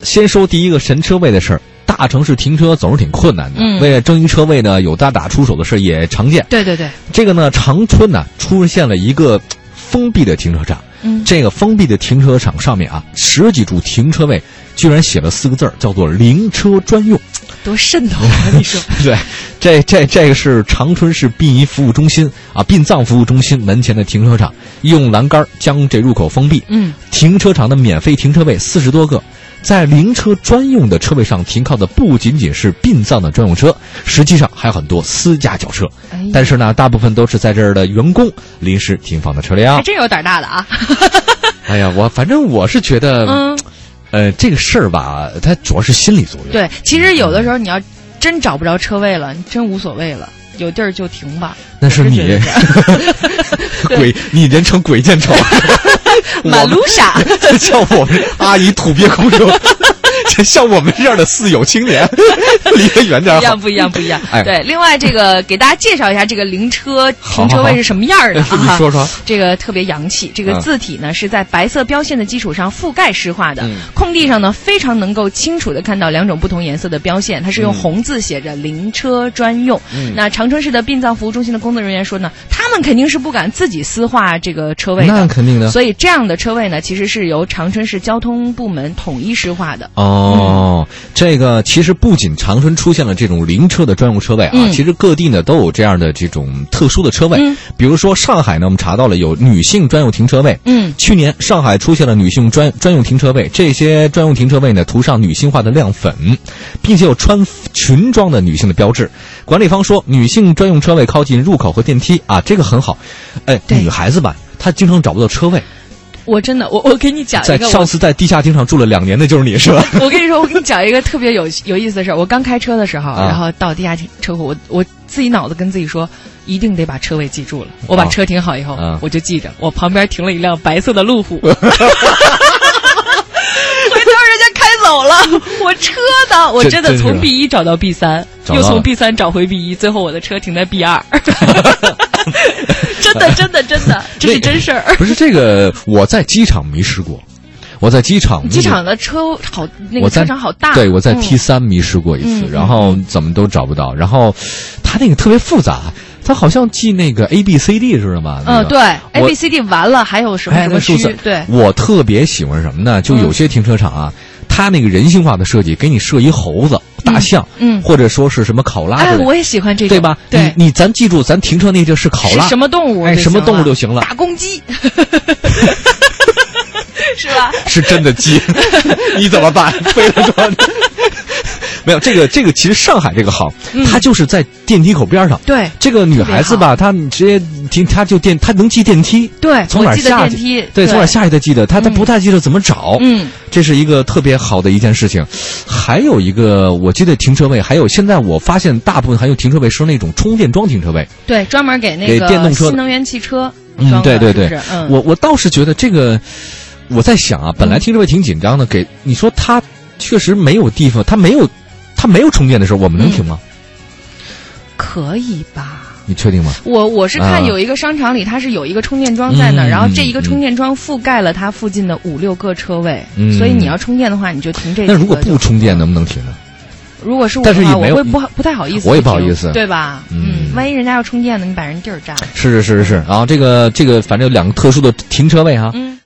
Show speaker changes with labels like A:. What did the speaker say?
A: 先说第一个神车位的事儿，大城市停车总是挺困难的，
B: 嗯
A: 为了争一车位呢，有大打出手的事儿也常见。
B: 对对对，
A: 这个呢，长春呢出现了一个封闭的停车场，
B: 嗯，
A: 这个封闭的停车场上面啊，十几处停车位居然写了四个字儿，叫做“灵车专用”。
B: 多渗透啊！你 说，
A: 对，这这这个是长春市殡仪服务中心啊，殡葬服务中心门前的停车场，用栏杆将这入口封闭。
B: 嗯，
A: 停车场的免费停车位四十多个，在灵车专用的车位上停靠的不仅仅是殡葬的专用车，实际上还有很多私家轿车。
B: 哎
A: 但是呢，大部分都是在这儿的员工临时停放的车辆
B: 还。真有胆大的啊。
A: 哎呀，我反正我是觉得，
B: 嗯，
A: 呃，这个事儿吧，它主要是心理作用。
B: 对，其实有的时候你要真找不着车位了，你真无所谓了，有地儿就停吧。
A: 那是
B: 我
A: 你
B: 觉得这样 对
A: 鬼，你人称鬼见愁。我们
B: 马路傻，
A: 像我们阿姨土鳖空中，像我们这样的四有青年，离得远点
B: 不一样，不一样，不一样。
A: 哎
B: 对，另外这个给大家介绍一下这个灵车
A: 好
B: 停车
A: 好好
B: 位是什么样 儿的
A: 哎你
B: 啊？
A: 说说，
B: 这个特别洋气，这
A: 嗯
B: 个字体呢是在白色标线的基础上覆盖湿化的，
A: 嗯
B: 空地上呢非常能够清楚的看到两种不同颜色的标线，它是用
A: 嗯
B: 红字写着“灵车专用”
A: 嗯
B: 那长春市的殡葬服务中心的工作人员说呢，他们肯定是不敢自己私画这个车位的，
A: 肯定。
B: 所以这样的车位呢，其实是由长春市交通部门统一施画的。
A: 哦，这个其实不仅长春出现了这种灵车的专用车位啊，
B: 嗯
A: 其实各地呢都有这样的这种特殊的车位。
B: 嗯
A: 比如说上海呢，我们查到了有女性专用停车位。
B: 嗯，
A: 去年上海出现了女性专专用停车位，这些专用停车位呢涂上女性化的亮粉，并且有穿裙装的女性的标志。管理方说，女性专用车位靠近入口和电梯啊，这个很好。哎，
B: 对
A: 女孩子吧，她经常找不到车位。
B: 我真的，我我给你讲
A: 在
B: 一个，
A: 上次在地下停场住了两年的就是你是吧？
B: 我跟你说，我跟你讲一个特别有有意思的事儿。我刚开车的时候，
A: 啊
B: 然后到地下停车库，我我自己脑子跟自己说，一定得把车位记住了。我把车停好以后，
A: 啊
B: 我就记着，我旁边停了一辆白色 的路虎。回头人家开走了，我车呢？我
A: 这
B: 真的
A: 真是
B: 从 B 一找到 B 三，
A: 找到
B: 又
A: 了
B: 从 B 三找回 B 一，最后我的车停在 B 二。真的，真的，真的，这是
A: 那
B: 真事儿。
A: 不是这个，我在机场迷失过，我在机场
B: 机场的车好，那
A: 我
B: 个
A: 在
B: 车场好大。
A: 对，我在
B: 嗯
A: T 三迷失过一次，
B: 嗯
A: 然后怎么都找不到，然后它那个特别复杂，它好像记那个 A B C D 知道吗？那
B: 嗯，
A: 个
B: 对，A
A: 我
B: B C D 完了，还有什么
A: 哎，
B: 什
A: 那
B: 么
A: 数
B: 区
A: 字？，
B: 对，嗯
A: 我特别喜欢什么呢？就有些停车场啊，它那个人性化的设计，给你设一猴子、大象，
B: 嗯，
A: 或者说是什么考拉
B: 哎，
A: 之类的，
B: 我也喜欢这种，
A: 对吧？
B: 对，
A: 你你咱记住，咱停车那地儿是考
B: 是
A: 拉
B: 什，么动物？
A: 哎，什么动物就
B: 就行
A: 行
B: 了
A: 了，
B: 大公 鸡，是吧？
A: 是真的 鸡，你怎么办？飞了多少？没有这个，这个其实上海这个好，
B: 嗯
A: 它就是在电梯口边上。
B: 对
A: 这个女孩子吧，她直接停，她就电，她能记电梯，
B: 对，
A: 从哪
B: 我
A: 儿
B: 记得
A: 下
B: 电
A: 去？
B: 梯，
A: 对，从哪儿？下去她记得，她她
B: 嗯
A: 不太记得怎么找，
B: 嗯，
A: 这是一个特别好的一件事情。还有一个，我记得停车位，还有现在我发现大部分还有停车位是那种充电桩停车位。
B: 对，专门给那
A: 给
B: 个
A: 电动车
B: 新能源汽车
A: 嗯
B: 装的，
A: 对对对
B: 是不是，嗯，
A: 我我倒是觉得这个，我在想啊，本来停车位挺紧张的，给你说他确实没有地方，他没有他没有充电的时候，我们能停吗？
B: 可以吧？
A: 你确定吗？
B: 我我是
A: 啊
B: 看有一个商场里，它是有一个充电桩在那儿，
A: 嗯
B: 然后这一个
A: 嗯
B: 充电桩覆盖了它附近的五六个车位，
A: 嗯
B: 所以你要充电的话，你就停这几个
A: 那
B: 就行了。
A: 如果不充电，能不能停呢？
B: 如果是我
A: 但是
B: 的话，
A: 也没有
B: 我会不好不太好意思，
A: 我也不好意思
B: 对吧？
A: 嗯
B: 万一人家要充电呢，你把人地儿占了。
A: 啊是是是是是，然后这个这个，反正有两个特殊的停车位哈、
B: 嗯。